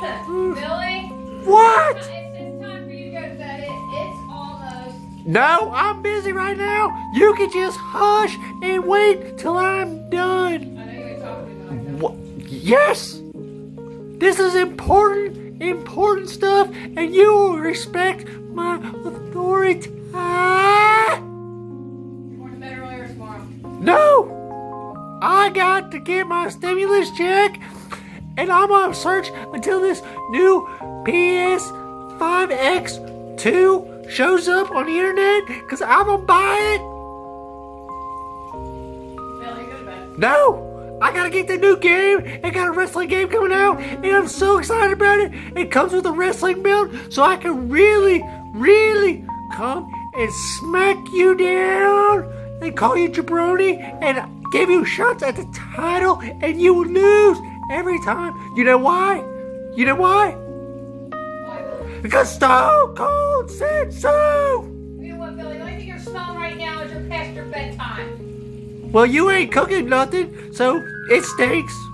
Billy, What? it's it's time for you to go to bed. It, it's almost. No, I'm busy right now. You can just hush and wait till I'm done. I know you're talking about it. What? Yes! This is important, important stuff, and you will respect my authority. Ah! You're going to bed earlier tomorrow. No! I got to get my stimulus check, and I'm on search until this new PS5X2 shows up on the internet, because I'm going to buy it. Billy, go to bed. No! I gotta get the new game! It got a wrestling game coming out, and I'm so excited about it! It comes with a wrestling belt, so I can really, really come and smack you down and call you jabroni and give you shots at the title, and you will lose every time. You know why? You know why? Why, Billy? Because Stone Cold said so! You know what, Billy? The only thing you're smelling right now is you're past your bedtime. Well, you ain't cooking nothing, so it stinks.